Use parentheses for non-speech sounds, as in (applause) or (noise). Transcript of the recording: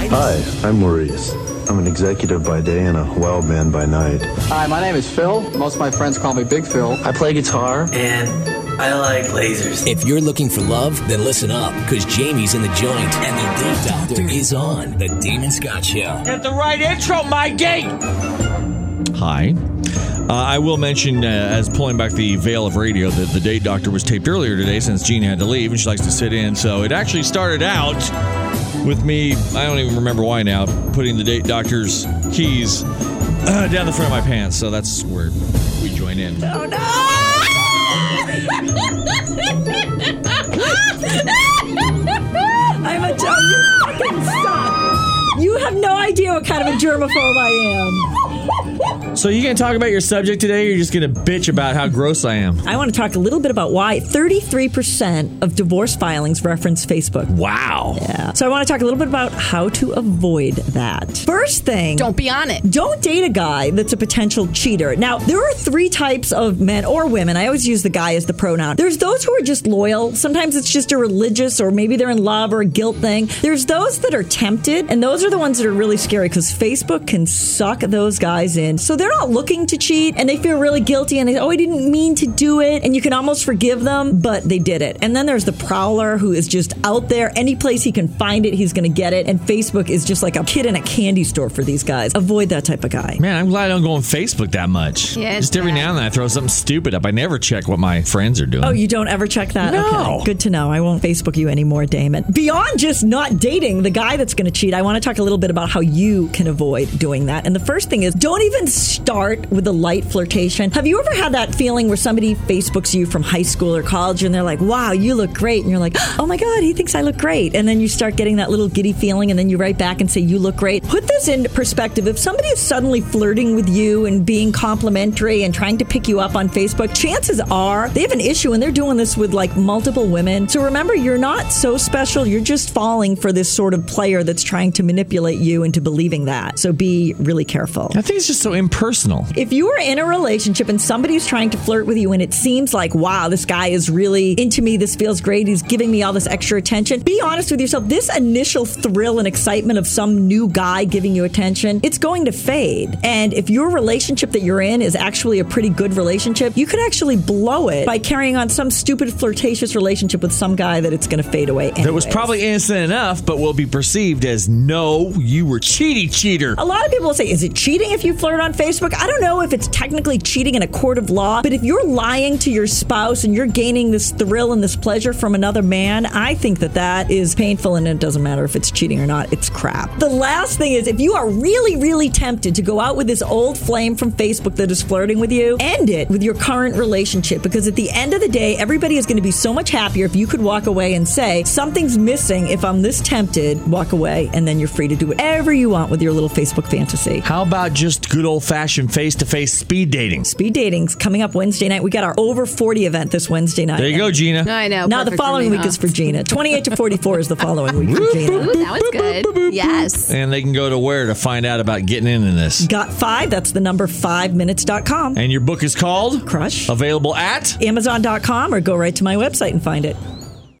Hi, I'm Maurice. I'm an executive by day and a wild man by night. Hi, my name is Phil. Most of my friends call me Big Phil. I play guitar. And I like lasers. If you're looking for love, then listen up, because Jamie's in the joint and the Date Doctor is on The Damon Scott Show. Get the right intro, my gate! Hi. Uh, I will mention, uh, as pulling back the veil of radio, that the date doctor was taped earlier today since Gina had to leave and she likes to sit in. So it actually started out with me, I don't even remember why now, putting the date doctor's keys uh, down the front of my pants. So that's where we join in. Oh no! (laughs) I'm a germ. You fucking suck. You have no idea what kind of a germaphobe I am. So you gonna talk about your subject today? Or you're just gonna bitch about how gross I am. I want to talk a little bit about why 33% of divorce filings reference Facebook. Wow. Yeah. So I want to talk a little bit about how to avoid that. First thing, Don't be on it. don't date a guy that's a potential cheater. Now, there are three types of men or women. I always use the guy as the pronoun. There's those who are just loyal. Sometimes it's just a religious or maybe they're in love or a guilt thing. There's those that are tempted, and those are the ones that are really scary because Facebook can suck those guys in. So they're not looking to cheat and they feel really guilty and they, oh, I didn't mean to do it. And you can almost forgive them, but they did it. And then there's the prowler who is just out there. Any place he can find it, he's going to get it. And Facebook is just like a kid in a candy store for these guys. Avoid that type of guy. Man, I'm glad I don't go on Facebook that much. Yeah, it's just every bad. now and then I throw something stupid up. I never check what my friends are doing. Oh, you don't ever check that? No. Okay. Good to know. I won't Facebook you anymore, Damon. Beyond just not dating the guy that's going to cheat, I want to talk a little bit about how you can avoid doing that. And the first thing is don't even start with a light flirtation. Have you ever had that feeling where somebody Facebooks you from high school or college and they're like, wow, you look great? And you're like, oh my God, he thinks I look great. And then you start getting that little giddy feeling and then you write back and say, you look great. Put this into perspective. If somebody is suddenly flirting with you and being complimentary and trying to pick you up on Facebook, chances are they have an issue and they're doing this with like multiple women. So remember, you're not so special. You're just falling for this sort of player that's trying to manipulate you into believing that. So be really careful. I think it's just so impersonal. If you are in a relationship and somebody's trying to flirt with you and it seems like, wow, this guy is really into me, this feels great, he's giving me all this extra attention, be honest with yourself. This initial thrill and excitement of some new guy giving you attention, it's going to fade. And if your relationship that you're in is actually a pretty good relationship, you could actually blow it by carrying on some stupid flirtatious relationship with some guy that it's going to fade away. That was anyways. probably innocent enough, but will be perceived as no, you were cheaty cheater. A lot of people will say, is it cheating if you flirt on Facebook? I don't know if it's technically cheating in a court of law, but if you're lying to your spouse and you're gaining this thrill and this pleasure from another man, I think that that is painful and it doesn't matter if it's cheating or not. It's crap. The last thing is if you are really, really tempted to go out with this old flame from Facebook that is flirting with you, end it with your current relationship because at the end of the day, everybody is going to be so much happier if you could walk away and say, something's missing. If I'm this tempted, walk away and then you're free to do whatever you want with your little Facebook fantasy. How about just good old fashioned face to face speed dating? Speed dating's coming up Wednesday night. We got our over 40 event this Wednesday night. There you go, Gina. I know. Now, the perfect for following me, week huh? is for Gina. 28 to 44 is the following week for Gina. Ooh, that was (laughs) good. Yes. And they can go to where to find out about getting into this. Got five. That's the number five minutes.com. And your book is called Crush. Available at Amazon.com or go right to my website and find it.